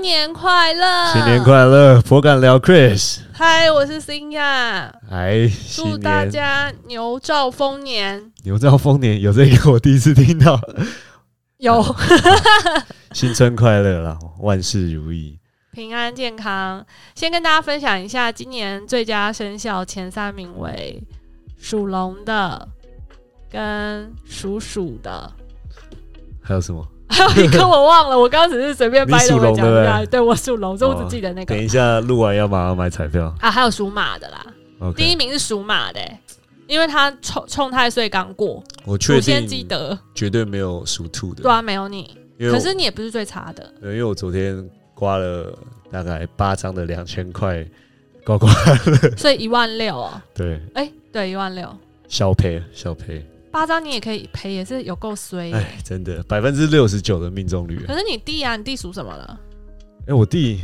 年快乐！新年快乐，颇敢聊 Chris。嗨，我是新亚，哎，祝新大年家牛兆丰年。牛兆丰年有这个，我第一次听到。有新春快乐啦，万事如意。平安健康。先跟大家分享一下，今年最佳生肖前三名为属龙的跟属鼠 的，还有什么？还有一个我忘了，我刚刚只是随便掰你的，属我龙讲对一不下。对对我属龙，所以我哦只记得那个等一下录完要马上买彩票。啊，还有属马的啦。第 OK，一名是属马的欸、因为他冲冲太岁刚过，我祖确先积定德，绝对没有属兔的对，啊，没有你，因为可我是你也不是最差的。因为我昨天刮了大概八张的两千块，刮 刮所以一万六哦，对哎、对，一万六，小赔小赔，八张你也可以赔，也是有够衰。哎，真的百分之六十九的命中率。可是你弟啊，你弟属什么了？哎、我弟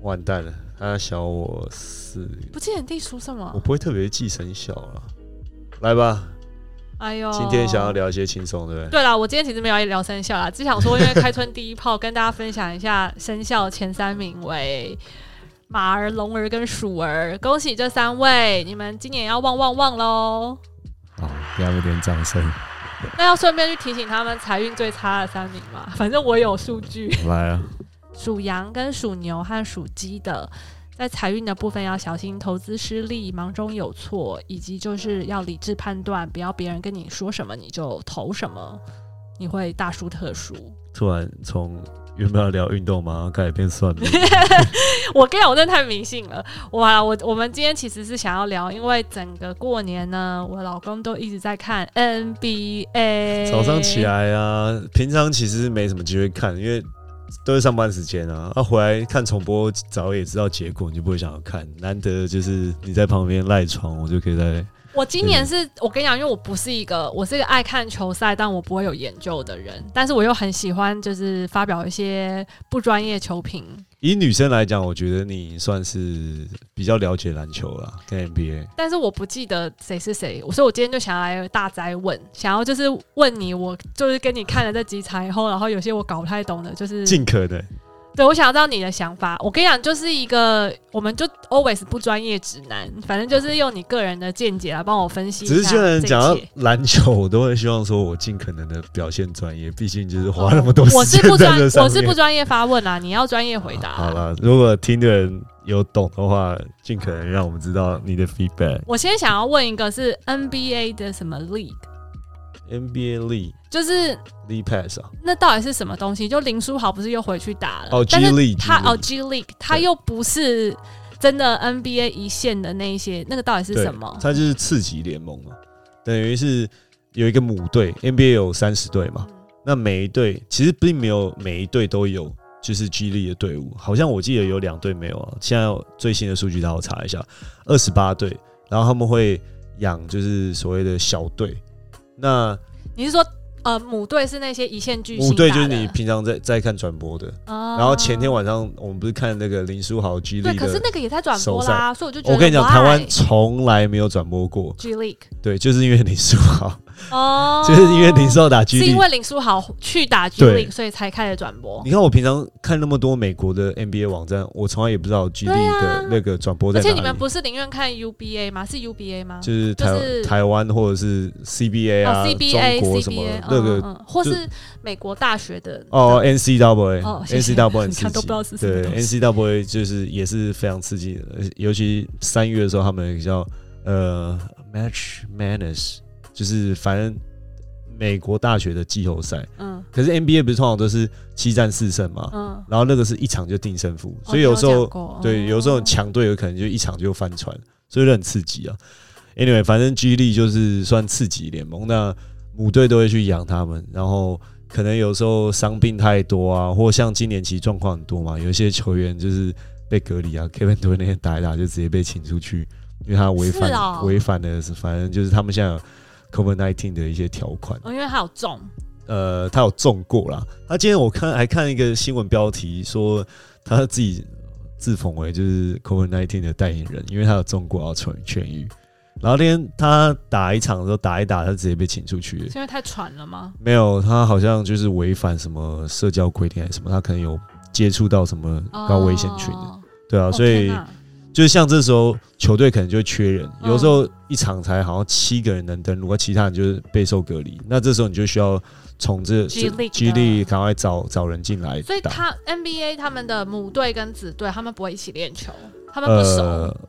完蛋了，他小我四，不记得你弟属什我么？不会特别记生肖了。来吧，哎呦，今天想要。聊一些轻松的，对啦，我今天其实没有要聊生肖啦，只想说，因为开春第一炮，跟大家分享一下生肖前三名为马儿、龙儿跟鼠儿，恭喜这三位，你们今年要旺旺旺喽！好，给他们点掌声。那要顺便去提醒他们财运最差的三名嘛，反正我有数据。 来啊，属羊、跟属牛和属鸡的，在财运的部分要小心投资失利、忙中有错，以及就是要理智判断，不要别人跟你说什么你就投什么，你会大输特输。 突然从原本要聊运动嘛，改变算命。我跟你讲，我真的太迷信了。哇，我我们今天其实是想要聊，因为整个过年呢，我老公都一直在看 NBA。早上起。来啊，平常其实没什么机会看，因为都是上班时间啊。啊，回来看重播，早也知道结果，你就不会想要看。难得就是你在旁边赖床，我就可以在我今年嗯是我跟你讲，因为我不是一个我是一个爱看球赛，但我不会有研究的人，但是我又很喜欢就是发表一些不专业球评。以女生来讲，我觉得你算是比较了解篮球啦，跟 NBA。但是我不记得谁是谁，所以我今天就想要来大灾问，想要就是问你，我就是跟你看了这几场以后，然后有些我搞不太懂的，就是尽可能对我想要知道你的想法。我跟你讲，就是一个我们就 always 不专业指南，反正就是用你个人的见解来帮我分析一下只这是一切。既然讲到篮球，我都会希望说我尽可能的表现专业，毕竟就是花那么多我时是间不在专这，上我面。是不专业发问啊，你要专业回答、好了，如果听的人有懂的话，尽可能让我们知道你的 feedback。我先想要问一个是 NBA 的什么 league， NBA Lee 就是 Lee Pass 啊，那到底是什么东西？就林书豪不是又回去打了？哦，G 但是 League，他 G 哦 League G League，他对又不是真的 NBA 一线的那一些，那个到底是对什么？它就是次级联盟嘛，等于是有一个母队，NBA 有三十队嗯嘛，那每一队其实并没有每一队都有，就是 G l 的队伍，好像我记得有两队没有啊。现在有最新的数据让我查一下，二十八队，然后他们会养就是所谓的小队。那你是说呃母队是那些一线巨星？五队就是你，平常在在看转播的，哦、然后前天晚上我们不是看那个林书豪 G l 对，可是的。那个也在转播啦，所以我就觉得我跟你讲， why？台湾从来没有转播过， G League 对，就是因为林书豪，哦，就是因为林书豪打 G 是 l 因为林书豪去打 G 对 League，所以才开始转播。你看我平常看那么多美国的 NBA 网站，我从来也不知道 G 对 l 啊的那个转播在而且哪你们里，不是宁愿看 UBA 吗？是 UBA 吗？就是台、就是台湾或者是 CBA 啊、哦，CBA、中国什么 CBA 那个、嗯嗯，或就是美国大学的哦 NCAA、哦谢谢 NCAA 很你刺看都不知道是激，什么对东 NCAA 就是也是非常刺激的，呃尤其三月的时候他们有一个叫呃 Match Madness，就是反正美国大学的季后赛，嗯可是 NBA 不是通常都是七战四胜嘛，嗯，然后那个是一场就定胜负，哦所以有时候。，对，你有时讲过候哦强队有可能就一场就翻船，所以就很刺激啊。Anyway，反正 G 力就是算次级联盟，那母队都会去养他们，然后可能有时候伤病太多啊，或像今年其实状况很多嘛，有一些球员就是被隔离啊，Kevin 多那天打一打就直接被请出去，因为他违是哦反违、反了，反正就是他们现在有 COVID 19的一些条款。哦因为他有中，呃，他有中过啦。他今天我看还看一个新闻标题说他自己自讽为就是 COVID 1 9的代言人，因为他有中过，然后痊痊愈。然后那天他打一场的时候打一打，他直接被请出去了。是因为太喘了吗？没有，他好像就是违反什么社交规定还是什么，他可能有接触到什么高危险群的，哦对啊，哦所天以哪就是像这时候球队可能就会缺人，嗯有时候一场才好像七个人能登录，而其他人就是备受隔离，那这时候你就需要从这 G League 的激励赶快找找人进来所以打，他 NBA 他们的母队跟子队，他们不会一起练球，他呃们不熟。，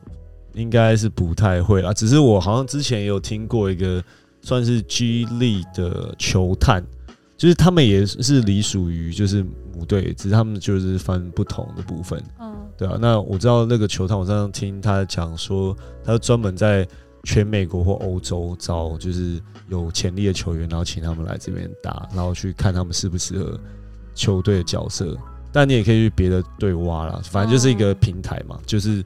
应该是不太会啦，只是我好像之前也有听过一个算是 G League 的球探。就是他们也是隶属于就是母队，只是他们就是分不同的部分。嗯，对啊，那我知道那个球探，我上次听他讲说，他专门在全美国或欧洲找就是有潜力的球员，然后请他们来这边打，然后去看他们适不适合球队的角色。但你也可以去别的队哦挖啦，反正就是一个平台嘛，就是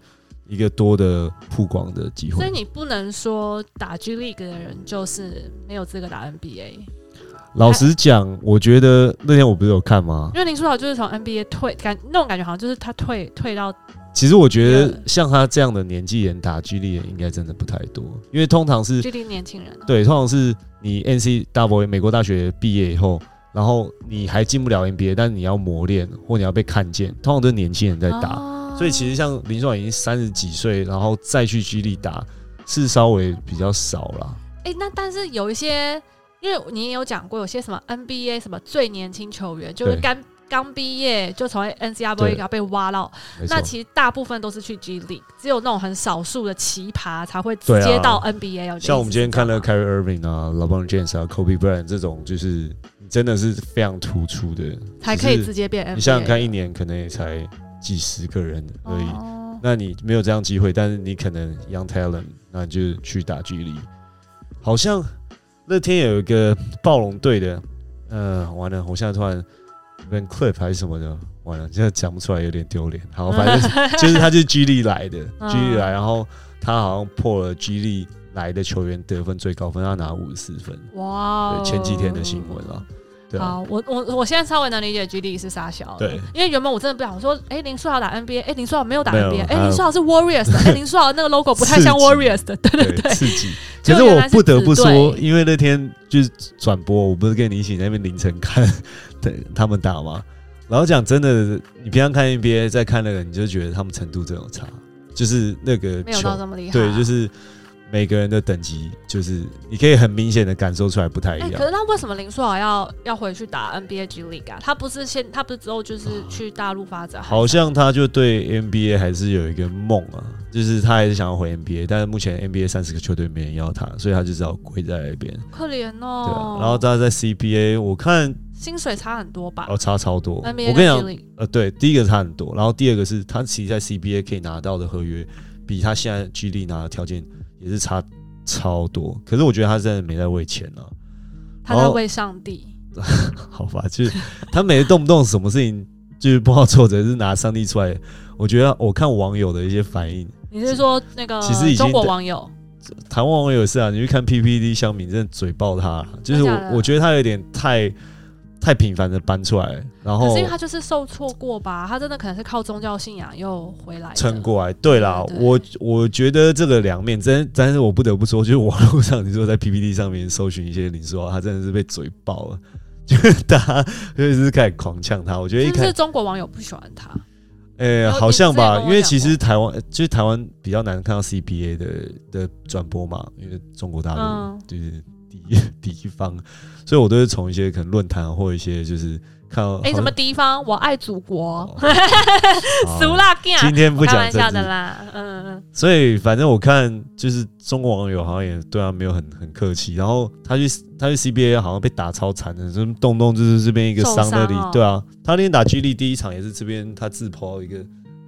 一个多的曝光的机会所以。你不能说打 G League 的人就是没有资格打 NBA，老实讲，我觉得那天我不是有看吗因？为林书豪就是从 NBA 退，感那种感觉好像就是他退退到其实我觉得 Yeah 像他这样的年纪人打 G 力应该真的不太多，因为通常是 G League 年轻人、啊。，对，通常是你 NC Double 美国大学毕业以后，然后你还进不了 NBA，但是你要磨练或你要被看见，通常都是年轻人在打。哦所以其实像林书豪已经三十几岁，然后再去 G 力打，是稍微比较少啦。哎、那但是有一些，因为你也有讲过，有些什么 NBA 什么最年轻球员，就是对刚刚毕业就从 NCAA 对然后被挖到，没错那，其实大部分都是去 G League，只有那种很少数的奇葩才会直对啊接到 NBA 哦、像我们今天看了了， Kyrie Irving 啊、LeBron James 啊、Kobe Bryant 这种，就是真的是非常突出的，才可以只直是接变 NBA。你想想看，一年可能也才几十个人而已。 哦那你没有这样机会，但是你可能 young talent，那你就去打距离。好像那天有一个暴龙队的，呃，完了，我现在突然 Van Clip 还是什么的，完了，现在讲不出来，有点丢脸。 好，反正就是他就是居力来的，嗯居力来，然后他好像破了居力来的球员得分最高分，他拿五十四分。哇哦、对，前几天的新闻啊，对啊，好，我我我现在稍微能理解 G League 是傻小了，对，因为原本我真的不想我说，哎、林书豪打 NBA，哎、林书豪没有打没有 NBA，哎、他林书 豪是 Warriors 的，哎、林书豪那个 logo 不太像刺激 Warriors 的，对对对，刺激。就可是原我来是不得不子说，队因为那天就是转播，我不是跟你一起在那边凌晨看 对他们打吗？然后讲真的，你平常看 NBA 再看那个，你就觉得他们程度真的有差，就是那个没有球到，这么厉害，啊对，就是每个人的等级，就是你可以很明显的感受出来不太哎、一样可。是那为什么林书豪要要回去打 NBA G League 啊？他不是先，他不是之后就是去大陆发展？啊好像他就对 NBA 还是有一个梦啊，就是他还是想要回 NBA，但是目前 NBA 三十个球队没人要他，所以他就只好跪在那边。可怜对、啊哦，。然后他在 CBA，我看薪水差很多吧哦，差超多。我？NBA 跟你跟讲， G League 呃，对，第一个差很多，然后第二个是他其实在 CBA 可以拿到的合约，比他现在 G E 力拿的条件也是差超多。可是我觉得他真的没在为钱啊， 他在为上帝。好吧，就是他每次动不动什么事情就是不好做，者是拿上帝出来。我觉得我看网友的一些反应，你是说那个其实已经中国等网友台湾网友也是啊，你去看 PPT 香民真的嘴爆他了，就是真的假我的我觉得他有点太太频繁的搬出来，可然后是因为他就是受挫过吧，他真的可能是靠宗教信仰又回来的撑。过来。对啦，对我我觉得这个两面真，但是我不得不说，就是网络上你说在 PPT 上面搜寻一些林书豪，他真的是被嘴爆了， 就是大家就是开始狂呛他。我觉得一是不开是，中国网友不喜欢他？呃、有好像吧，你之前跟我讲过因为其实台湾就是台湾比较难看到 CBA 的的转播嘛，因为中国大陆嗯就是第一、第一方，所以我都是从一些可能论坛啊或一些就是看到哎、好什么像地方？我爱祖国，哦 好啊 俗辣 g 今天不开讲玩笑政治的，啦，嗯嗯所以反正我看就是中国网友好像也对他没有很很客气，然后他去他去 CBA 好像被打超惨的，就是动不动就是这边一个受伤那伤里，哦对啊，他那天打 G 力第一场也是这边他自抛一个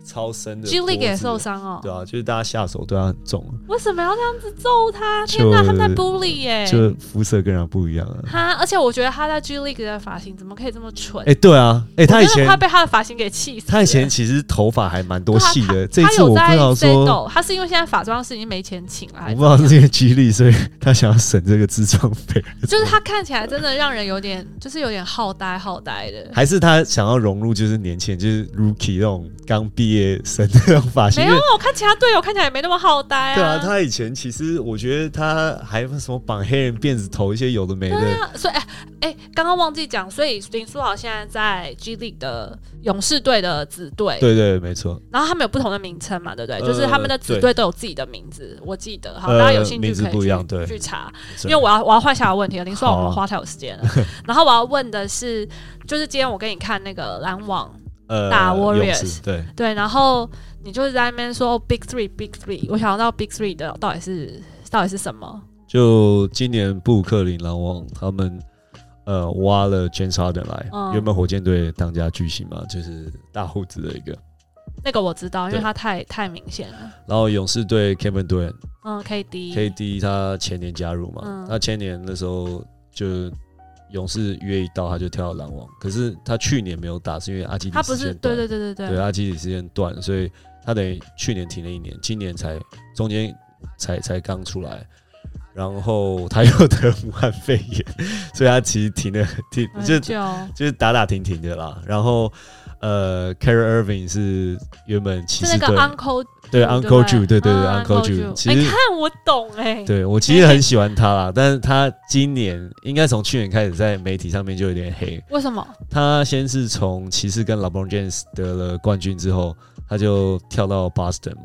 超深的，G League 也脖子受，伤哦对。啊，就是大家下手对他很重啊，为什么要这样子揍他？天哪，就他在 bully 耶、就肤色跟人家不一样啊，他，而且我觉得他在 G League 的发型怎么可以这么蠢？哎、对啊，哎、他以真的前快被他的发型给气死了。他以前其实头发还蛮多对啊细的，这一他次我有不知在道说。 Zendo，他是因为现在法妆师已经没钱请了，我还不知道是因为激励，所以他想要省这个智障费，就是他看起来真的让人有点，就是有点好呆好呆的。 还是他想要融入就是年轻人，就是 rookie 那种刚毕业生的那种发型，没因有啊为，我看其他队友看起来也没那么好呆对啊，他以前其实我觉得他还什么绑黑人辫子头一些有的没对的，啊，所以哎哎，刚刚忘记讲，所以林书豪现在在 G League 的勇士队的子队，对对，没错。然后他们有不同的名称嘛，对不对？呃就是他们的子队都有自己的名字，我记得。好，大家有兴趣名字可以不一样去对去查，是因啊为我要我要换下一个问题了。林书豪，好啊我们花太有时间了。 然后我要问的是，就是今天我给你看那个篮网，呃打 Warriors 勇士对，对，然后你就是在那边说、哦 Big Three Big Three，我想到 Big Three 的到底是到底是什么？就今年布鲁克林篮网他们呃挖了 James Harden 来，嗯原本火箭队当家巨星嘛，就是大胡子的一个，那个我知道，因为对它太太明显了。然后勇士队 Kevin Durant 嗯，KD， KD 他前年加入嘛，嗯他前年那时候就勇士约一到他就跳到篮网，可是他去年没有打，是因为阿基里他不斯是间对断，对对对对，啊阿基里斯间断，所以他等于去年停了一年，今年才中间才才刚出来。然后他又得武汉肺炎，所以他其实停了停，很就久就是打打停停的啦。然后呃 c a r r y Irving 是原本骑是那士个队， Uncle，对不 Uncle Drew，对对对嗯 Uncle Drew， Drew 其哎实你看我懂哎，对我其实很喜欢他啦， 但是他今年应该从去年开始在媒体上面就有点黑。为什么？他先是从骑士跟 LeBron James 得了冠军之后，他就跳到 Boston 嘛。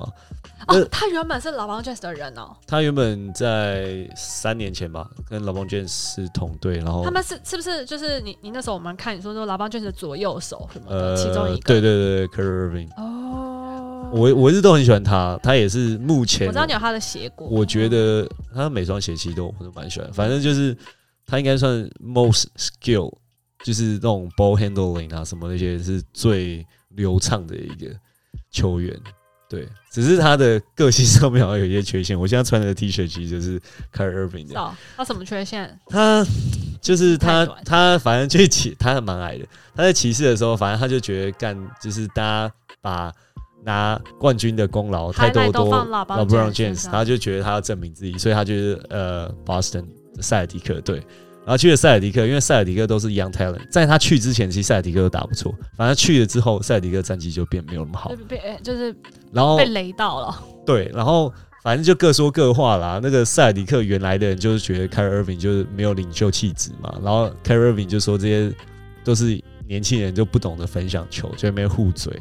哦呃，他原本是老王 Jazz 的人哦，他原本在三年前吧，跟 LeBron James 是同队，然后他们是是不是就是你你那时候我们看你说说老王 Jazz 的左右手什么的，呃，其中一个对对对 c a r r y Irving，哦，我我一直都很喜欢他，他也是目我前知道你有他的结果，我觉得他每双鞋其实都我都蛮喜欢，反正就是他应该算 most skill，就是那种 ball handling 啊什么那些是最流畅的一个球员。对，只是他的个性上面好像有一些缺陷。我现在穿的 T 恤其实就是 k y r i r v i n 知的，道他什么缺陷？他就是太他短他反正就是骑他蛮矮的，他在骑士的时候，反正他就觉得干就是大家把。拿冠军的功劳太多 highlight 都多放 LeBron LeBron James 身 James，上他就觉得他要证明自己，所以他就是呃 Boston 塞尔迪克队，然后去了塞尔迪克，因为塞尔迪克都是 Young Talent，在他去之前其实塞尔迪克都打不错，反正去了之后塞尔迪克战绩就变没有那么好哦就，被哎就是然后被雷到了，对，然后反正就各说各话啦。那个塞尔迪克原来的人就是觉得凯尔 Irving 就是没有领袖气质嘛，然后凯尔 Irving 就说这些都是年轻人就不懂得分享球，就在那边互嘴，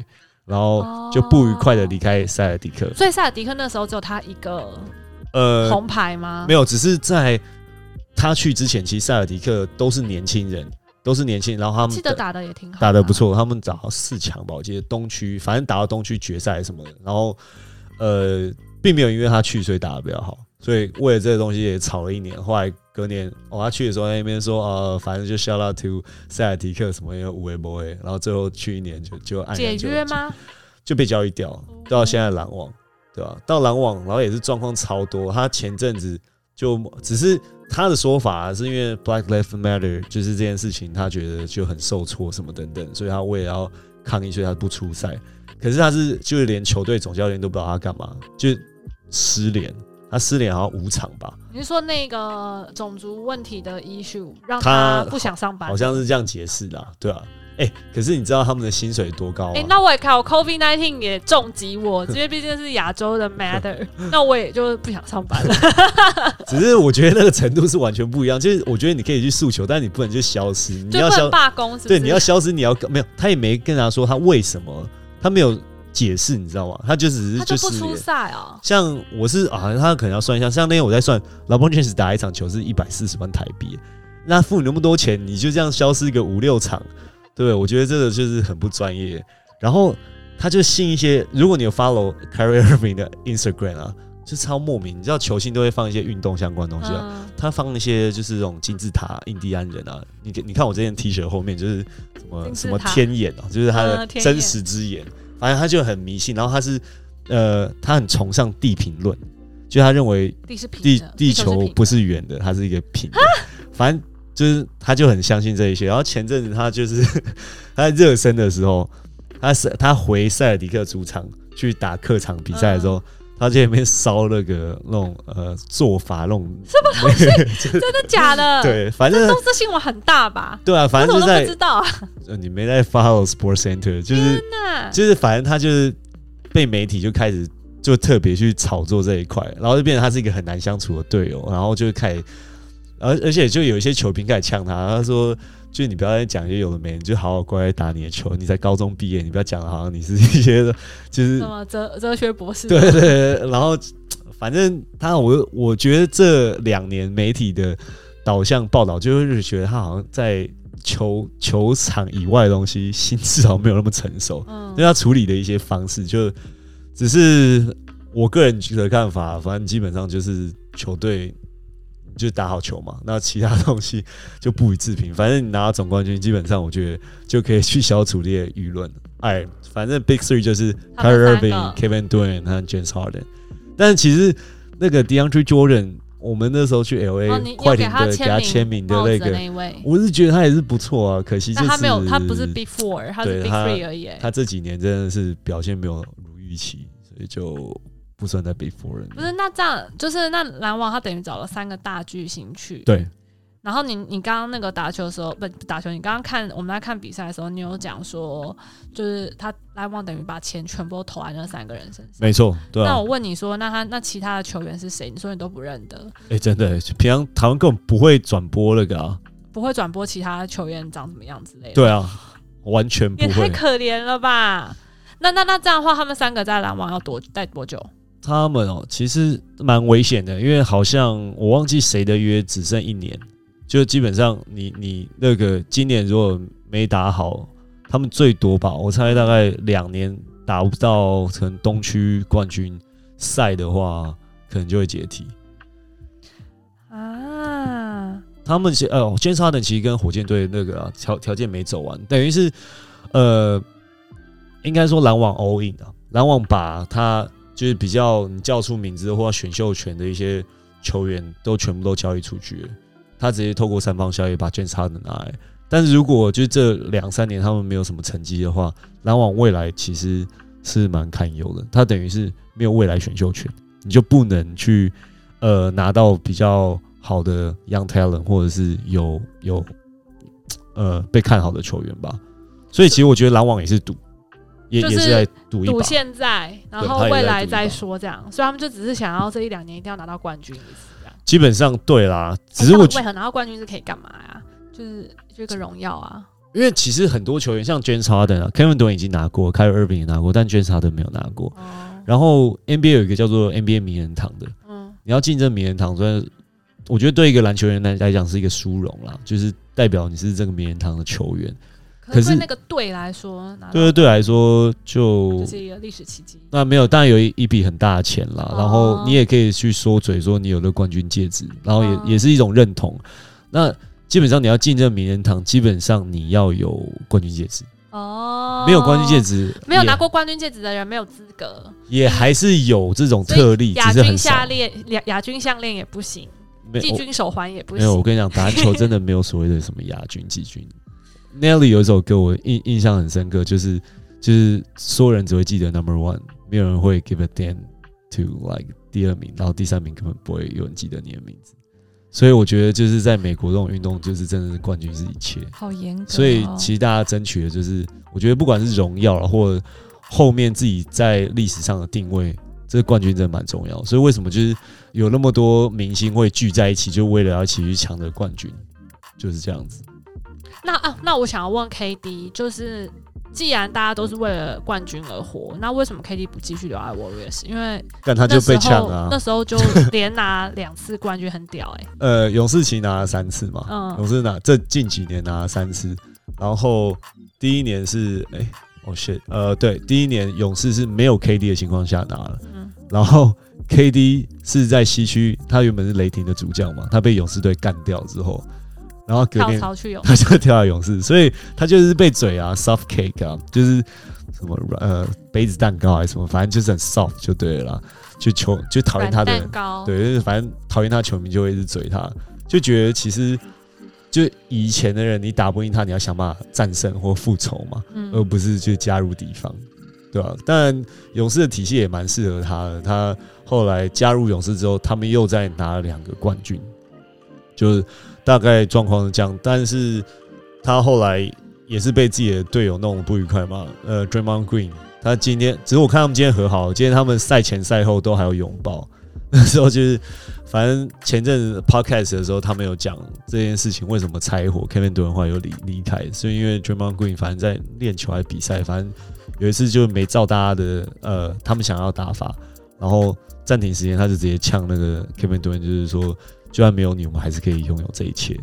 然后就不愉快的离开塞尔迪克。哦所以塞尔迪克那时候只有他一个呃，红牌吗？没有，只是在他去之前，其实塞尔迪克都是年轻人，都是年轻人，然后他们记得打的也挺好，打得不。错，他们打到四强吧，我记得东区，反正打到东区决赛什么的。然后呃，并没有因为他去所以打得比较好，所以为了这个东西也吵了一年。后来隔年哦，他去的时候在那边说呃，反正就 shout out to 塞尔迪克什么的五 A boy，然后最后去一年就就黯解然就约吗？就被交易哦掉，到现在篮网，对吧、到篮网，然后也是状况超多。他前阵子就只是他的说法、是因为 Black Lives Matter 就是这件事情，他觉得就很受挫什么等等，所以他为了要抗议，所以他不出赛。可是他是就是连球队总教练都不知道他干嘛，就失联。他失联好像五场吧，你是说那个种族问题的 issue 让他他不想上班？好像是这样解释的、啊，对啊。哎、可是你知道他们的薪水多高吗、哎、那我也看，我 COVID nineteen 也重击 我，因为毕竟是亚洲的 matter，那我也就不想上班了。只是我觉得那个程度是完全不一样，就是我觉得你可以去诉求，但你不能就消失， 你就要不能消罢工是不是？对你要消失，你要没有，他也没跟他说他为什么，他没有解释，你知道吗？他就只他是就失不出联。赛啊。像我是啊，他可能要算一下，像那天我在算，老邦确实打一场球是一百四十万台币，那付你那么多钱，你就这样消失个五六场，对不对？我觉得这个就是很不专业。然后他就信一些，如果你有 follow Kyrie Irving 的 Instagram 啊，就超莫名，你知道球星都会放一些运动相关的东西啊，嗯，他放一些就是这种金字塔、印第安人啊，你你看我这件 T 恤后面就是什金么字什塔么天眼啊，就是他嗯的天眼真实之眼，反正他就很迷信，然后他是呃，他很崇尚地平论，就他认为地啊是平地的，地是球平的不是圆的，它是一个平的，反正就是他就很相信这一些。然后前阵子他就是 他在热身的时候，他是他回塞尔迪克主场去打客场比赛的时候。嗯他在那边烧那个那种呃做法那种真的假的？， 对，反正这都这新闻很大吧？对啊，反我正怎就么都是不在知道啊？呃你没在 follow Sports Center，就是那就是反正他就是被媒体就开始就特别去炒作这一块，然后就变成他是一个很难相处的队友，然后就开始，而而且就有一些球评开始呛他，他说。就是你不要再讲一些有的没，的，你就好好乖乖打你的球。你才高中毕业，你不要讲得好像你是一些 就是那么哲哲学博士，对对对，然后反正他我我觉得这两年媒体的导向报道，就是觉得他好像在球球场以外的东西，心至少没有那么成熟，嗯对他处理的一些方式，就只是我个人的看法，反正基本上就是球队。就打好球嘛，那其他东西就不予置评。反正你拿到总冠军，基本上我觉得就可以去消除这些舆论。哎，反正 Big Three 就是他们 Kyrie 三 Irving、个 Kevin Durant 和 James Harden。但是其实那个 DeAndre Jordan，我们那时候去 LA 哦你快有给艇他的给他签签名的帽那子的个那，一位，我是觉得他也是不错啊。可惜就但是他没有，他不是 Big Four，他是对 Big 他 Three 而已。哎他这几年真的是表现没有如预期，所以就不算在 Big Four 里面。不是，那这样就是那篮网，他等于找了三个大巨星去。对，然后你你刚刚那个打球的时候，不不打球，你刚刚看我们在看比赛的时候，你有讲说，就是他篮网等于把钱全部都投在那三个人身上。没错，对那啊我，问你说，那他那其他的球员是谁？你说你都不认得，哎、真的、平常台湾根本不会转播那个啊，不会转播其他球员长怎么样之类的。对啊，完全不也太会。可怜了吧？那那那这样的话，他们三个在篮网要多待多久？他们哦，其实蛮危险的，因为好像我忘记谁的约只剩一年，就基本上你你那个今年如果没打好，他们最多吧，我猜大概两年打不到可能东区冠军赛的话，可能就会解体。啊，他们是呃，James Harden 其实跟火箭队那个啊条条件没走完，等于是呃，应该说篮网 all in 啊，篮网把他就是比较你叫出名字或选秀权的一些球员都全部都交易出去了，他直接透过三方交易把 James Harden 拿来。但是如果就是这两三年他们没有什么成绩的话，篮网未来其实是蛮堪忧的。他等于是没有未来选秀权，你就不能去呃拿到比较好的 young talent 或者是有有呃被看好的球员吧。所以其实我觉得篮网也是赌，也、就是也是在赌一把赌。现在，然对后他也未在来赌一把再说这样，所以他们就只是想要这一两年一定要拿到冠军一次这样。基本上对啦，只是哎他我们觉为何拿到冠军是可以干嘛呀、就是就一个荣耀啊。因为其实很多球员像 James Harden 啊，Kevin Durant 已经拿过，Kyrie Irving 也拿过，但 James Harden 没有拿过。哦，然后 NBA 有一个叫做 NBA 名人堂的，嗯，你要进这名人堂，所以我觉得对一个篮球员来来讲是一个殊荣啦，就是代表你是这个名人堂的球员。嗯可可是是对那个队来说，拿到对对对来说这就是一个历史奇迹。那没有，当然有一一笔很大的钱啦。哦然后你也可以去说嘴说你有了冠军戒指，然后也、哦也是一种认同。那基本上你要进这名人堂，基本上你要有冠军戒指，哦，没有冠军戒，指，没有也拿过冠军戒指的人没有资格。也还是有这种所以特例，只亚是很军少项。链、亚亚军项链也不行，没季我军手环也不没有，我行。跟你讲，打篮球真的没有所谓的什么亚军、季军。Nelly 有一首歌我印印象很深刻，就是就是所有人只会记得 Number One，没有人会 give a damn to like 第二名，然后第三名根本不会有人记得你的名字。所以我觉得就是在美国这种运动，就是真的是冠军是一切。好严格哦、所以其实大家争取的就是，我觉得不管是荣耀了，或者后面自己在历史上的定位，这个冠军真的蛮重要。所以为什么就是有那么多明星会聚在一起，就为了要一起去抢这个冠军，就是这样子。那啊，那我想要问 KD，就是既然大家都是为了冠军而活，那为什么 KD 不继续留在 Warriors？因为但他那就时被候抢了、那啊，时候就连拿两次冠军，很屌哎、呃，勇士其实拿了三次嘛，嗯勇士拿这近几年拿了三次，然后第一年是哎。哦、shit，呃，对，第一年勇士是没有 KD 的情况下拿了，嗯，然后 KD 是在西区，他原本是雷霆的主将嘛，他被勇士队干掉之后，然后隔跳天槽去有他就跳到勇士，所以他就是被嘴啊，soft cake 啊，就是什么呃杯子蛋糕还是什么，反正就是很 soft 就对了啦，就球就讨厌软他的蛋糕，对，就是反正讨厌他的球迷就会一直嘴他，就觉得其实就以前的人你打不赢他，你要想办法战胜或复仇嘛，而嗯，不是去加入敌方，对吧、当然，勇士的体系也蛮适合他的。他后来加入勇士之后，他们又再拿了两个冠军，就是大概状况是这样。但是他后来也是被自己的队友弄得不愉快嘛，呃，Draymond Green 他今天只是我看他们今天和好，今天他们赛前赛后都还有拥抱。 那时候就是，反正前阵子 podcast 的时候，他们有讲这件事情为什么拆伙，Kevin 杜兰特有离离开，是因为 Draymond Green 反正在练球还是比赛，反正有一次就没照大家的呃他们想要打法，然后暂停时间他就直接呛那个 Kevin 杜兰特，就是说就算没有你，我们还是可以拥有这一切。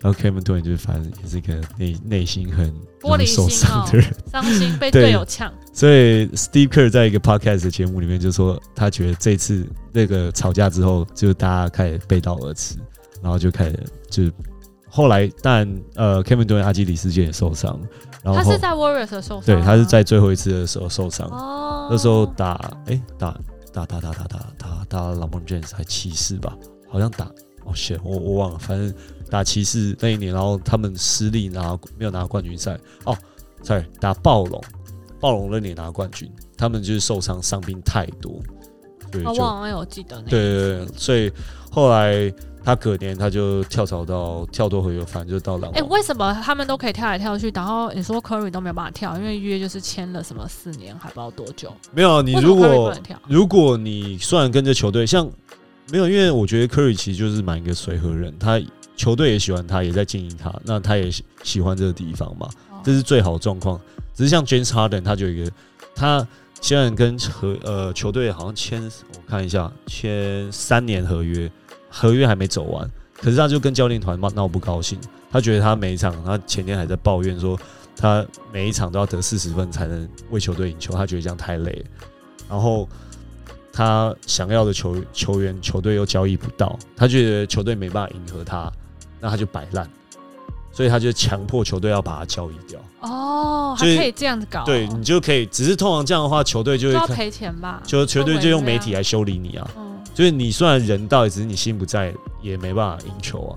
然后 Kevin 杜兰特就是反正也是一个内内心很玻璃容易受心伤哦的人。，伤心被对队友呛，所以 Steve Kerr 在一个 podcast 的节目里面就说，他觉得这次那个吵架之后，就大家开始背道而驰，然后就开始就是后来，但呃，Kevin 对阿基里斯腱也受伤，然后他是在 Warriors 的受伤吗，对他是在最后一次的时候受伤，哦，那时候打哎、打打打打打打打打 LeBron James 还骑士吧，好像打哦 shit 我我忘了，反正打骑士那一年，然后他们失利拿没有拿冠军赛哦，sorry 打暴龙，暴龙那年拿冠军，他们就是受伤伤兵太多，所以哦，就忘了有记得那一对对次对，所以后来他隔年他就跳槽到跳多回合，反正就到篮哎、网。为什么他们都可以跳来跳去，然后你说 Curry 都没有办法跳，因为约就是签了什么四年，还不知道多久。没有啊你为什如么 Curry 果不能跳，如果你虽然跟着球队，像没有，因为我觉得 Curry 其实就是蛮一个随和人，他球队也喜欢他，也在经营他，那他也喜喜欢这个地方嘛，哦这是最好的状况。只是像 James Harden，他就有一个，他虽然跟和呃球队好像签，我看一下，签三年合约，合约还没走完，可是他就跟教练团闹闹不高兴，他觉得他每一场，他前天还在抱怨说，他每一场都要得四十分才能为球队赢球，他觉得这样太累了。然后他想要的球球员，球队又交易不到，他觉得球队没办法迎合他，那他就摆烂，所以他就强迫球队要把他交易掉。哦，还所以可以这样子搞哦，对你就可以，只是通常这样的话，球队就就会要看赔钱吧？球球队就用媒体啊，来修理你啊。嗯，就是你虽然人到，只是你心不在，也没办法赢球啊，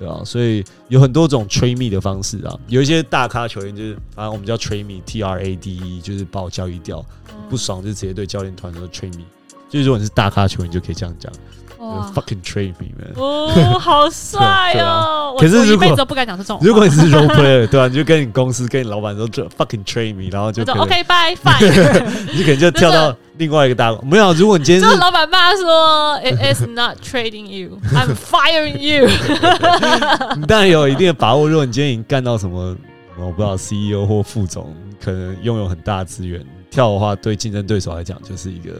对啊，所以有很多种吹密的方式啊，有一些大咖球员就是，反正我们叫吹密 T R A D E，就是把我交易掉，嗯不爽就直接对教练团说 trade me。就是如果你是大咖球员，你就可以这样讲哇， ，fucking trade me man。哦，好帅对啊哦！我可是我如一辈子果都不敢讲出这种话，如果你是 role player，对啊，你就跟你公司、跟你老板说这 fucking trade me，然后就我可就以， OK bye fine，你可能就跳到另外一个大公。没有，啊如果你今天就是是老板骂 说 It is not trading you, I'm firing you。你当然有一定的把握，如果你今天已经干到什么，我不知道 CEO 或副总，你可能拥有很大的资源，跳的话对竞争对手来讲就是一个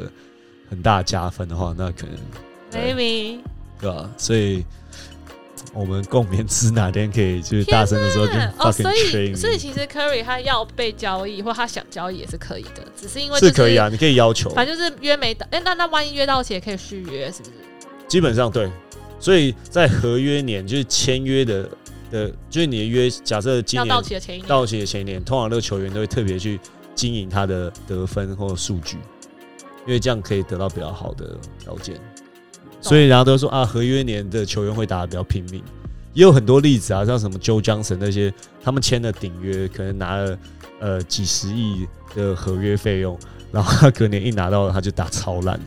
很大的加分的话，那可能 Maybe 对吧、所以我们共勉之，哪天 可以就是大声的时候就嗯哦， fucking 所以 train，所以 me 其实 Curry 他要被交易或他想交易也是可以的，只是因为、就是可以啊，你可以要求，反正就是约没到，哎、那那万一约到期也可以续约，是不是？基本上对。所以在合约年，就是签约的的，就是你的约，假设今要年到期的前一年，到期的前一年，通常那个球员都会特别去经营他的得分或数据，因为这样可以得到比较好的条件。所以大家都说啊，合约年的球员会打得比较拼命，也有很多例子啊，像什么 Joe Johnson 那些，他们签了顶约，可能拿了呃几十亿的合约费用，然后他隔年一拿到他就打超烂，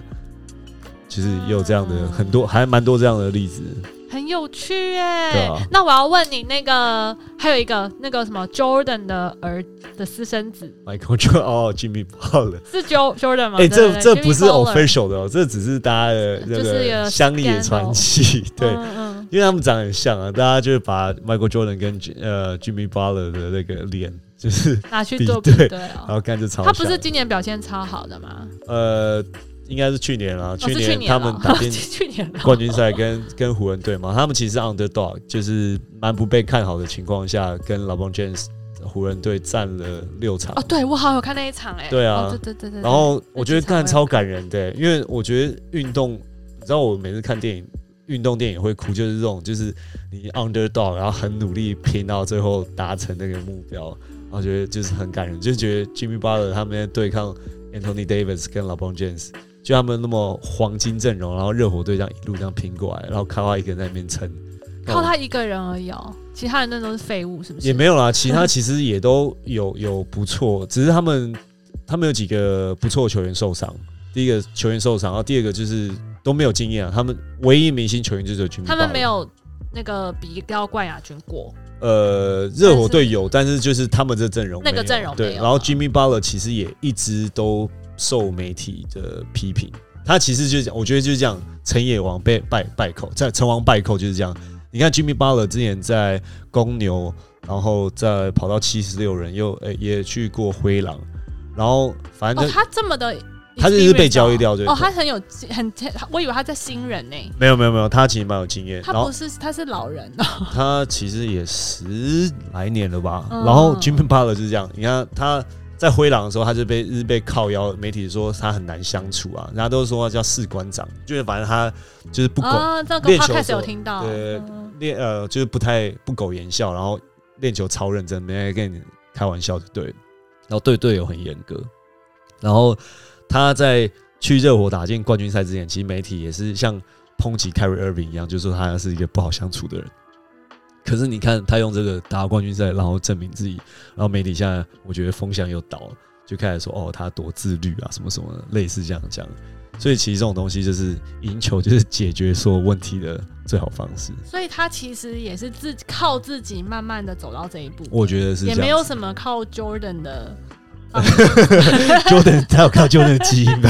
其实也有这样的、嗯很多，还蛮多这样的例子，很有趣哎、对啊那我要问你，那个还有一个那个什么 Jordan 的儿的私生子 Michael Jordan 哦，Jimmy Butler。是 Jo Jordan 吗？哎、哦对这这不是 o f official 的哦，这只是大家的那就是一个个乡野传 奇，对，哦嗯嗯，因为他们长得很像啊，大家就是把 Michael Jordan 跟呃 Jimmy Butler 的那个脸，就是拿去比做比对对 然哦。后看就超他像。不是今年表现超好的吗？呃，应该是去年啊，哦、是去年年他们了打 进去年啊了冠军赛跟跟湖人队嘛，他们其实是 underdog，就是蛮不被看好的情况下，跟 LeBron James 湖人队战了六场哦，。对我好像有看那一场哎、对啊哦对对对对。然后我觉得那看几场超感人的欸、因为我觉得运动，你知道我每次看电影，运动电影会哭，就是这种，就是你 underdog，然后很努力拼到最后达成那个目标，然后觉得就是很感人，就觉得 Jimmy Butler 他们在对抗 Anthony Davis 跟 LeBron James，就他们那么黄金阵容，然后热火队这样一路这样拼过来，然后卡哇一个人在那边撑，靠他一个人而已哦，其他人那都是废物，是不是？也没有啦，其他其实也都有有不错，只是他们他们有几个不错的球员受伤，第一个球员受伤，然后第二个就是都没有经验啊。他们唯一明星球员就是 Jimmy，他们 Butler 啊没有那个比较冠亚军过，呃，热火队有，但是就是他们这阵容没有，那个阵容没有啊对。然后 Jimmy Butler 其实也一直都受媒体的批评，他其实就是这样我觉得就是这样，成也王被败败寇，在成王败寇就是这样。你看 Jimmy Butler 之前在公牛，然后再跑到七十六人，又呃、也去过灰狼，然后反正哦就、，他这么的 experience 哦，他就是被交易掉对哦，他很有很，我以为他在新人呢，没有没有没有，他其实蛮有经验。他然后不是，他是老人哦，他其实也十来年了吧。嗯然后 Jimmy Butler 就是这样，你看他在灰狼的时候，他就被日被靠腰，媒体说他很难相处啊，人家都说他叫士官长，就是反正他就是不 苟、啊，这个练球 podcast 手有听到，对嗯练呃就是不太不苟言笑，然后练球超认真，没人跟你开玩笑就对了。然后对队友很严格，然后他在去热火打进冠军赛之前，其实媒体也是像抨击 Carry Irving 一样，就说他是一个不好相处的人。可是你看他用这个打冠军赛，然后证明自己，然后媒体现在我觉得风向又倒了，就开始说哦他多自律啊什么什么的，类似这样讲。所以其实这种东西就是赢球，就是解决所有问题的最好方式。所以他其实也是自靠自己慢慢的走到这一步，我觉得是也这没样 有子。什么靠 Jordan 的 Jordan 他有靠 Jordan 的基因吧，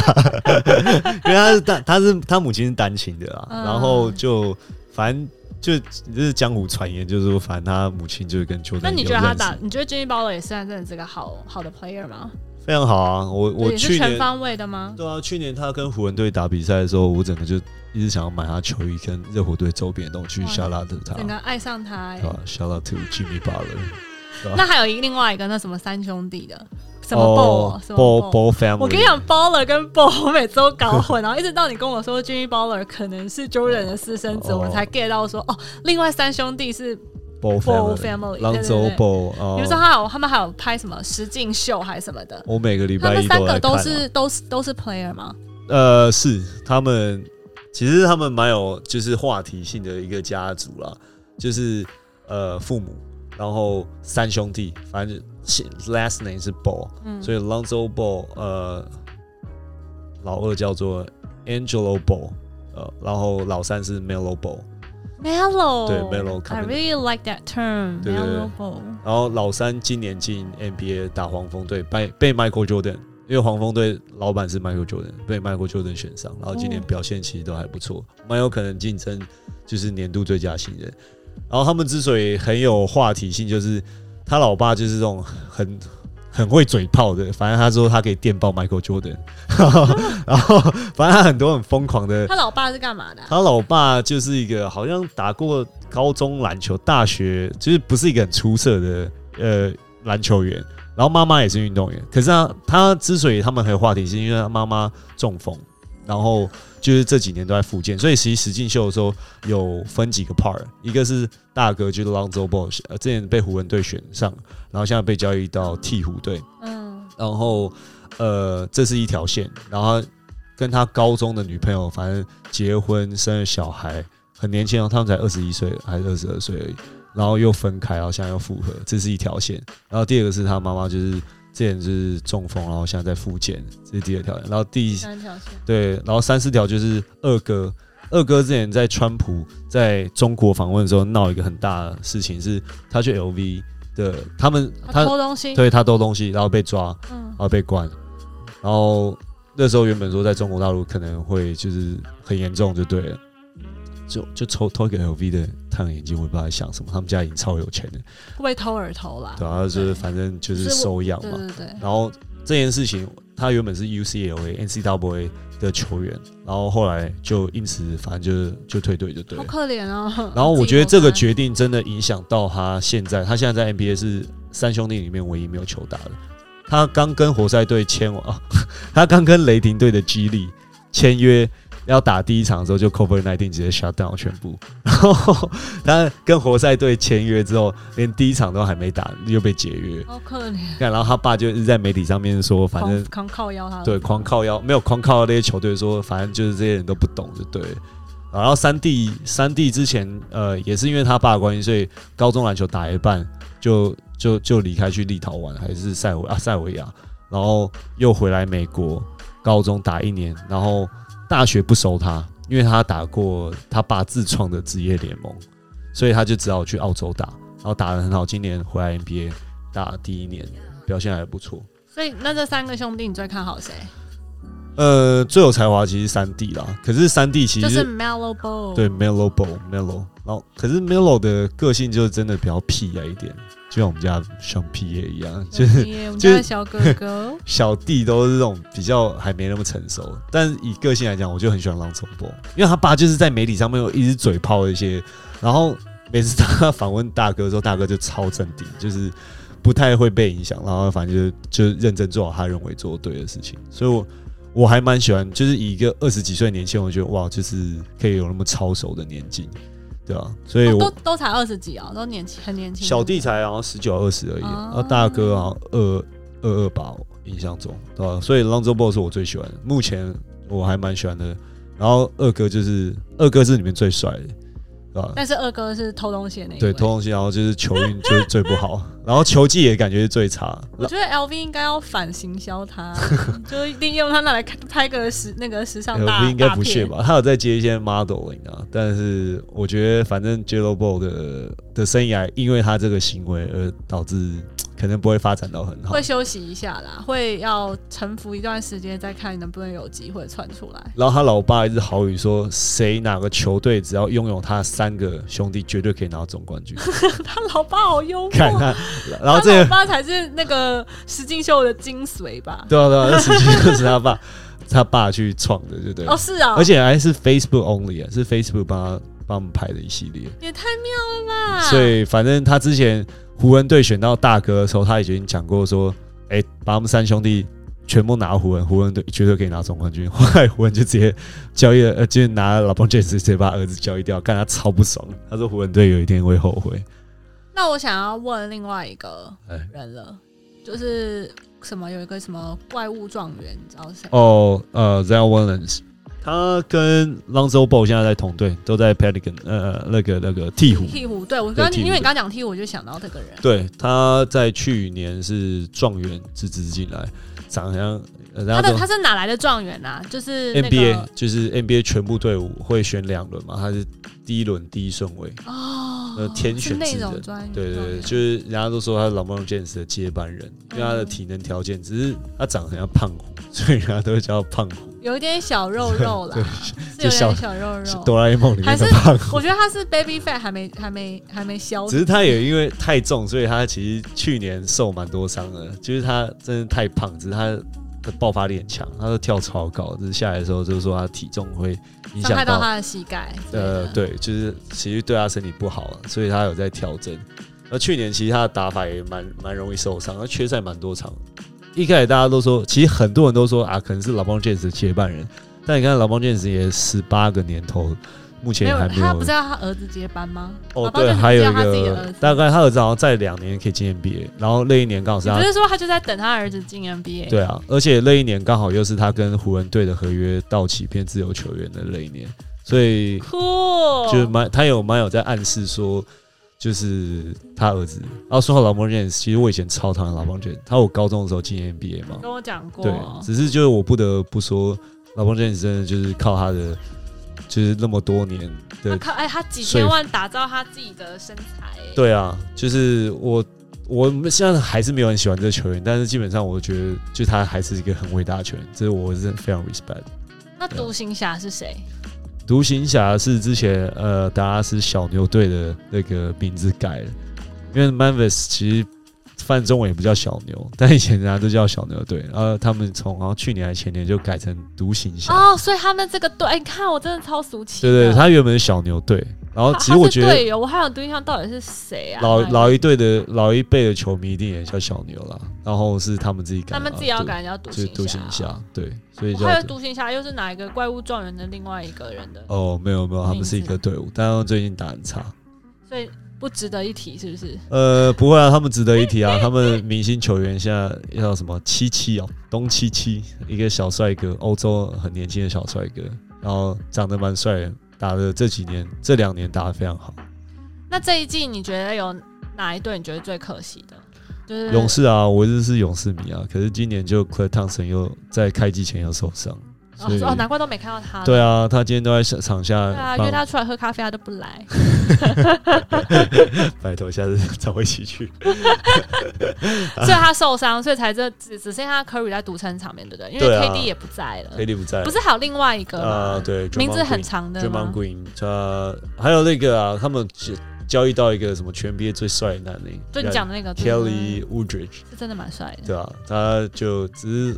因为他是单，他是他母亲是单亲的啊，嗯然后就反正就就是江湖传言，就是说反正他母亲就是跟 Jordan 那你觉得他有认识打？你觉得 Jimmy Butler 也算真的是个好好的 player 吗？非常好啊？我我也是去全年方位的吗？对啊，去年他跟湖人队打比赛的时候，我整个就一直想要买他球衣跟热火队周边，都去哇 shout out to 他，整个爱上他、欸啊对啊吧？shout out to Jimmy Butler，那还有一另外一个那什么三兄弟的，什么 Ball，、哦什么 Ball Ball。 Ball Family，我跟你讲，Baller 跟 Ball，我每次都搞混，然后一直到你跟我说 Jimmy Baller 可能是 Jordan 的私生子，哦我才 get 到说哦，另外三兄弟是， Ball Ball Family，对对 Family，Lonzo 对 Ball，哦比如说他有他们还有拍什么实境秀还是什么的，我每个礼他拜们一三来个看、都啊。是都是都是 player 吗？呃，是他们，其实他们蛮有就是话题性的一个家族啦，就是呃父母，然后三兄弟，反正是 last name 是 Ball，、嗯，所以 Lonzo Ball，呃，老二叫做 Angelo Ball，呃，然后老三是 Melo Ball， Mellow，对，Melo I Company really like that term。对对对 Mellow Ball，然后老三今年进 NBA 打黄蜂队，被被 Michael Jordan，因为黄蜂队老板是 Michael Jordan，被 Michael Jordan 选上，然后今年哦表现其实都还不错，蛮有可能竞争就是年度最佳新人。然后他们之所以很有话题性，就是他老爸就是这种很很会嘴炮的，反正他说他可以电爆 Michael Jordan，然后反正他很多很疯狂的他老爸是干嘛的啊、他老爸就是一个好像打过高中篮球，大学就是不是一个很出色的呃篮球员，然后妈妈也是运动员。可是他他之所以他们很有话题，是因为他妈妈中风，然后就是这几年都在复健，所以其实实境秀的时候有分几个 part，一个是大哥就是 Lonzo Ball，呃，之前被湖人队选上，然后现在被交易到鹈鹕队，嗯，然后呃，这是一条线，然后他跟他高中的女朋友，反正结婚生了小孩，很年轻哦，他们才二十一岁还是二十二岁而已，然后又分开，然后现在又复合，这是一条线。然后第二个是他妈妈就是之前就是中风，然后现在在复健，这是第二条线。然后第三条线。对，然后三四条就是二哥，二哥之前在川普在中国访问的时候闹一个很大的事情，是他去 LV 的，他们他他偷东西，对他偷东西，然后被抓。嗯然，后被关。然后那时候原本说在中国大陆可能会就是很严重，就对了。就就抽偷一个 LV 的太阳眼镜，我也不知道在想什么。他们家已经超有钱的，会不会偷耳头啦？对啊，就是反正就是是我收养对嘛。对对，然后这件事情，他原本是 UCLA、NCAA 的球员，然后后来就因此反正就是就退队就对好了。可怜哦。然后我觉得这个自己决定真的影响到他现在，他现在在 NBA 是三兄弟里面唯一没有球打的。他刚跟活塞队签完，啊、 他刚跟雷霆队的激励签约，要打第一场的时候就 COVID 1 9直接 shut down 全部，然后 他跟活塞队签约之后，连第一场都还没打又被解约。投啊好可怜，看然后他爸就一直在媒体上面说，反正狂狂靠腰他。对，狂靠腰，没有狂靠腰那些球队说，反正就是这些人都不懂，就对了。然后三弟，三弟之前呃也是因为他爸的关系，所以高中篮球打一半就就就离开去立陶宛还是塞维啊塞维亚，然后又回来美国高中打一年，然后大学不收他，因为他打过他爸自创的职业联盟，所以他就只好去澳洲打。然后打得很好，今年回来 NBA 打第一年，表现还不错。所以那这三个兄弟，你最看好谁？呃，最有才华其实是三 D 啦，可是三 D 其就实是 Melo Ball。对 Melo Ball Melo，然后可是 Melo 的个性就是真的比较屁啊呀一点，就像我们家像屁爷一样，就是，是我们家的小哥哥小弟都是这种比较还没那么成熟，但以个性来讲，我就很喜欢郎中波，因为他爸就是在媒体上面有一直嘴炮一些，然后每次他访问大哥的时候，大哥就超镇定，就是不太会被影响，然后反正就就认真做好他认为做对的事情，所以我我还蛮喜欢，就是以一个二十几岁的年轻人，我觉得哇，就是可以有那么超熟的年纪， 对啊，所以哦我、都都才二十几哦，都年轻，很年轻。小弟才好像十九二十而已，哦然后大哥好像二二二八，印象中对吧？所以 Lonzo Ball 是我最喜欢的，目前我还蛮喜欢的。然后二哥就是二哥是里面最帅的，对吧？但是二哥是偷东西的那一对，位。偷东西，然后就是球运就是最不 好，然后球技也感觉是最差。我觉得 LV 应该要反行销他， 就是利用他拿来看拍个时那个时尚大 LV 应该不屑是？吧？他有在接一些 modeling 啊，但是我觉得反正 j l o Ball 的的生涯，因为他这个行为而导致可能不会发展到很好会。休息一下啦，会要沉浮一段时间，再看能不能有机会窜出来。 然后他老爸一直豪语说，谁哪个球队只要拥有他三个兄弟，绝对可以拿到总冠军。 他老爸好幽看默，他，然后他这个老爸才是那个石进秀的精髓吧？对啊对啊，那实际就是他爸，他爸去创的，对不对？哦，是啊，而且还是 Facebook only，啊是 Facebook 帮他帮我们拍的一系列。也太妙了吧！所以反正他之前湖人队选到大哥的时候，他已经讲过说，哎、把他们三兄弟全部拿湖人，湖人队绝对可以拿总冠军。后来湖人就直接交易了，呃，就是拿老邦 j a 直接把儿子交易掉，看他超不爽。他说湖人队有一天会后悔。那我想要问另外一个哎，人了，就是什么有一个什么怪物状元，你知道是谁？哦，呃 z a l w i l l i a n s 他跟 Lonzo Ball 现在在同队，都在 Pelican，呃，那个那个鹈鹕。鹈鹕，对我对刚鹈鹕因为你刚讲鹈鹕，我就想到这个人。对，他在去年是状元之子进来，长得像呃他大家的都他是哪来的状元啊？就是那 NBA、个就是 NBA 全部队伍会选两轮嘛，他是第一轮第一顺位。哦，呃天选是那之种人专业，对对对，状元就是人家都说他是 LeBron James 的接班人，嗯因为他的体能条件，只是他长得很像胖虎， 所以人家都会叫他胖虎，有一点小肉肉 啦，是有就小点小肉是肉。哆啦 A 梦里面还的是胖虎。我觉得他是 baby fat 还没还没还没消， 只是他也因为太重，所以他其实去年受蛮多伤的，就是他真的太胖，只是他的爆发力很强，他都跳超高，只是下来的时候就是说他体重会影伤害响到他的膝盖。呃，，对，就是其实对他身体不好、啊，所以他有在调整。那去年其实他的打法也蛮蛮容易受伤，他缺赛蛮多场。一开始大家都说，其实很多人都说啊，可能是老邦 j a 的接班人，但你看老邦 j a 也十八个年头，目没前有还没他有不是要他儿子接班吗？哦，老邦对，健只还有要一他自己的儿个子大概他儿子好像在两年可以进 NBA，然后那一年刚好是你他不是说他就在等他儿子进 NBA？对啊，而且那一年刚好又是他跟湖人队的合约到期变自由球员的那一年，所以酷，就是蛮他有蛮有在暗示说，就是他儿子。然后说到老邦 James，其实我以前超讨厌老邦 James，他我高中的时候进 NBA 嘛，跟我讲过，对，只是就是我不得不说，老邦 James 真的就是靠他的，就是那么多年他的靠哎，他几说千服万打造他自己的身材、哎，对啊，就是我我们现在还是没有很喜欢这个球员，但是基本上我觉得，就他还是一个很伟大的球员，这是我是非常 respect。那独行侠是谁？独行侠是之前呃达拉斯小牛队的那个名字改了，因为 Manvis 其实翻中文也不叫小牛，但以前人家都叫小牛队，然后他们从好像去年还前年就改成独行侠。哦，所以他们这个队，哎，你看我真的超俗气对的。对，他原本是小牛队，然后他其实哦我他是觉得队友，我还有印象到底是谁啊？老老一队的老一辈的球迷一定也叫小牛啦，然后是他们自己改的他啊，们自己要对改叫独就是独行侠。哦侠，对，所以我还叫有独行侠又是哪一个怪物状元的另外一个人的，哦，没有没有，他们是一个队伍，但他们最近打很差。所以不值得一提，是不是？呃，不会啊，他们值得一提啊，他们明星球员现在叫什么七七哦，东七七，一个小帅哥，欧洲很年轻的小帅哥，然后长得蛮帅的，打的这几年这两年打得非常好。那这一季你觉得有哪一队你觉得最可惜的？就是勇士啊，我一直是勇士迷啊，可是今年就 c l a y Thompson 又在开季前又受伤，哦所以说哦，难怪都没看到他。对啊，他今天都在场场下对啊，帮约他出来喝咖啡他都不来。 拜托，下次 找我一起去。所以他受伤，所以才这只只剩下 Curry 在独撑场面，对不对？因为对啊 KD 也不在了，黑利不在，不是还有另外一个啊吗？，对，名字 Draymond 很 Green 长的 d r a m o 吗 n Green，他还有那个啊，他们交交易到一个什么全 NBA 最帅的男人，就你讲的嗯那个对不对 Kelly Woodridge，是真的蛮帅的。对啊，他就只是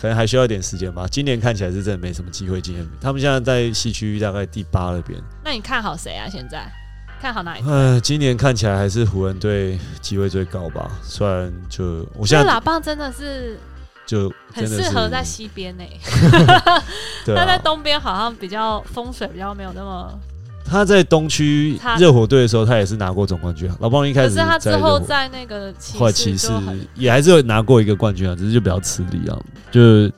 可能还需要一点时间吧。今年看起来是真的没什么机会进 NBA，他们现在在西区大概第八那边。那你看好谁啊？现在看好哪一个？呃，今年看起来还是湖人队机会最高吧，虽然就我这现个在老棒真的是就很真的适是合在西边呢， 对他在啊，东边好像比较风水比较没有那么，他在东区他热火队的时候，他也是拿过总冠军啊。老棒一开可始是他之在后热火在那个后来骑骑士士就很也还是有拿过一个冠军啊，只是就比较吃力啊。就是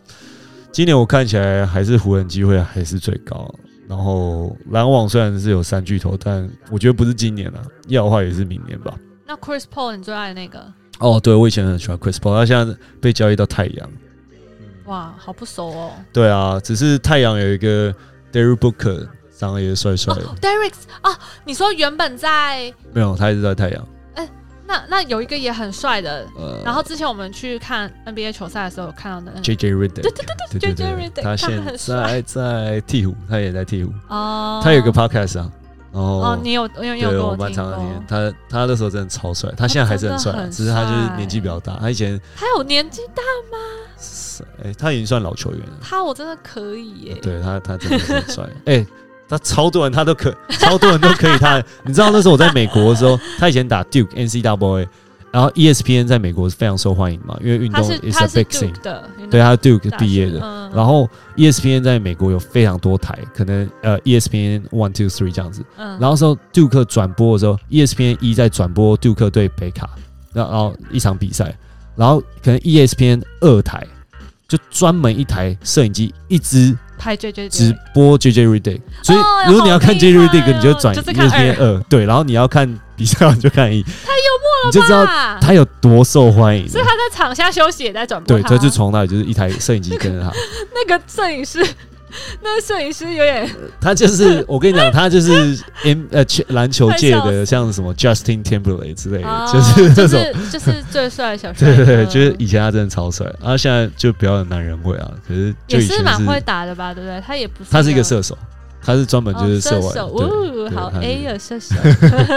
今年我看起来还是湖人机会还是最高啊、然后篮网虽然是有三巨头，但我觉得不是今年了、啊，要的话也是明年吧。那 Chris Paul 你最爱的那个，哦，对，我以前很喜欢 Chris Paul，他现在被交易到太阳。哇，好不熟哦。对啊，只是太阳有一个 Derry Booker，长得也帅帅的，哦，Derek 哦，你说原本在没有，他一直在太阳。那那有一个也很帅的，呃，然后之前我们去看 NBA 球赛的时候有看到的那个 J J Redick，对对对 JJ Redick，他他现很帅在在鹈鹕，他也在鹈鹕，哦，他有个 podcast 啊，然哦后，你有你有你有对跟我蛮听常听过，，他他那时候真的超帅，他现在还是很帅他真的啊，很只是他就是帅年纪比较大，他以前他有年纪大，哎他已经算老球员了，他我真的可以耶，对他他真的是很帅， 哎。他超多人，他都可，超多人都可以他。你知道那时候我在美国的时候，他以前打 Duke NCAA，然后 E ESPN 在美国是非常受欢迎嘛，因为运他动是 is 他 a 是 big thing。 Duke 的，对，他 Duke 大学毕业的，嗯然后 E ESPN 在美国有非常多台，可能呃 ESPN one two three 这样子。嗯然后那时候杜克转播的时候，ESPN ，E 一在转播杜克对北卡，然后然后一场比赛，然后可能 E ESPN 二台就专门一台摄影机一直嗯拍 J J 直播 JJ Redick，所以哦如果你要看好 JJ 厉害 Redick，你就哦转 E 就是看 ESPN 二，对，然后你要看比赛你就看一，太幽你就知默了道吧？他有多受欢迎。所以他在场下休息也在转播对，他，他就从那里就是一台摄影机跟着他。那个摄影师， 那摄影师有点他就是我跟你讲，他就是 M 呃球篮球界 快笑的像什么 Justin Timberlake 之类的，哦就是 就那种。是就是最帅的小帅对哥，对对，就是以前他真的超帅，然后现在就比较有男人味啊。可是就也以前是蛮会是，打的吧，对不对？他也不是他是一个射手，他是专门哦就是射射完手，对哦，好他是 A 的射手。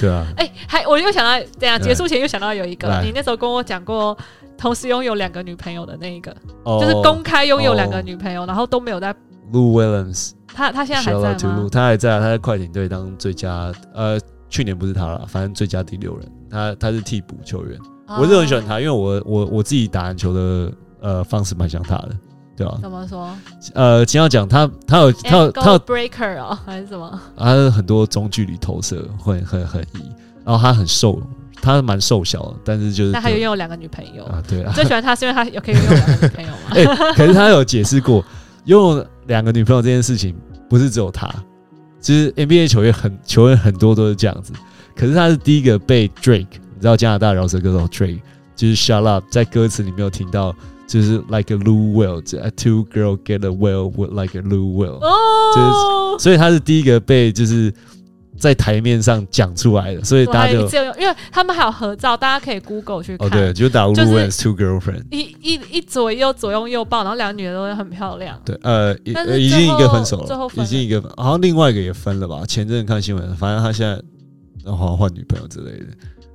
对啊，哎，还我又想到，等一下嗯结束前又想到有一个，来你那时候跟我讲过，同时拥有两个女朋友的那一个，哦就是公开拥有两个女朋友，然后都没有在。 Lou Williams，他他现在还 shout 在 out to 吗 Lou，？他还在啊，他在快艇队当最佳呃。去年不是他了，反正最佳第六人，他他是替补球员，哦我是很喜欢。他，因为我我我自己打篮球的呃方式蛮像他的，对吧、啊怎么说？呃，先要讲他，他有他有 Angle 他有 breaker 哦， 还是什么？他有很多中距离投射，会很很移，然后他很瘦，他蛮瘦小的，但是就是那他拥有两个女朋友，啊，对啊 你，最喜欢他是因为他有可以拥有两个女朋友吗？哎、可是他有解释过，拥有两个女朋友这件事情不是只有他，其实 NBA 球员很球员很多都是这样子，可是他是第一个被 Drake，你知道加拿大饶舌歌手 Drake，就是 Shut Up，在歌词里面有听到。就是 like a Lou Will, a two girl get a well with like a Lou Will， 哦，所以他是第一个被就是在台面上讲出来的，所以我大还家就只有因为他们还有合照，大家可以 Google 去看。哦对，就打 Lou 就是 Williams two girlfriend，一一一左一右左拥右抱，然后两个女的都很漂亮。对，呃，已但是呃已最经一个后分手最后了，分已经一个分，好像另外一个也分了吧？前阵看新闻，反正他现在然后换女朋友之类的，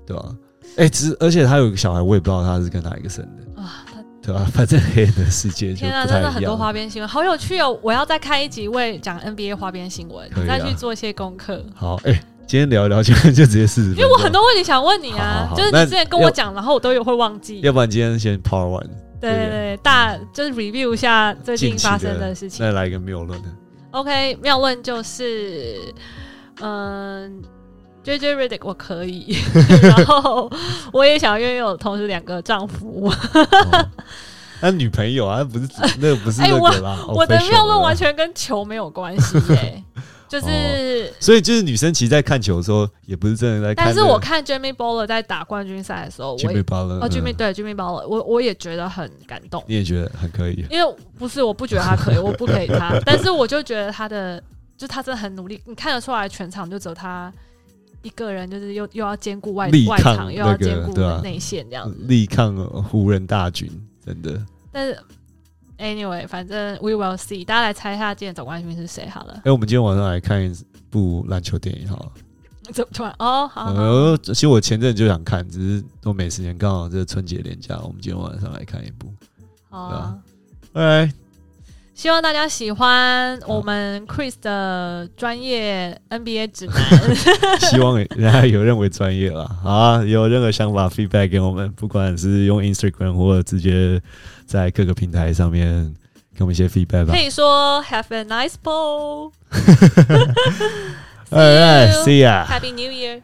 对吧？哎，只是而且他有一个小孩，我也不知道他是跟哪一个生的，啊，对吧？ 反正黑人的世界就天啊，不真太的很一多花样。边新闻，好有趣哦！我要再开一集为讲 NBA 花边新闻，可以啊再去做一些功课。好，哎，今天聊一聊，今天就直接四十，因为我很，多问题想问你啊，好好好就是你那之前跟我讲，然后我都有会忘记。要不然今天先 Part One，对对对，大就是 review 一下最近近期发生的的事情。再来一个谬论的， OK，妙问就是，嗯，J J Redick 我可 以，然后我也想拥有同时两个丈夫。哦 那女朋 友啊，不是那个不是哎那我个啦。我的 official 妙论啦 完全跟球没有关系耶、就是。所以就是女生其实，在看球的时候，也不是真的哦在看但那个。是我看 Jimmy Bowler 在打冠军赛的时候，我也 Jimmy Butler，哦 Jimmy 嗯对 Jimmy Bowler，我我也觉得很感动，你也觉得很可以，因为不是我不觉得他可以，我不可以 他，但是我就觉得他的就他真的很努力，你看得出来全场就只有他一个人，就是又又要兼顾外力外抗场，又要那个兼顾对啊内线这样子。力抗呃湖人大军，真的。但是 anyway，反正 we will see，大家来猜一下今天总冠军是谁好了哎、。我们今天晚上来看一部篮球电影好了。怎么突然？哦，好好好呃，其实我前阵就想看，只是都没时间，刚好这春节连假，我们今天晚上来看一部。好对啊啊。哎，希望大家喜欢好我们 Chris 的专业 NBA 指南。希望人家有认为专业啦，好啊，有任何想法 feedback 给我们，不管是用 Instagram 或者直接在各个平台上面给我们一些 feedback 吧可。以说 Have a nice ball, All right, see ya. Happy New Year。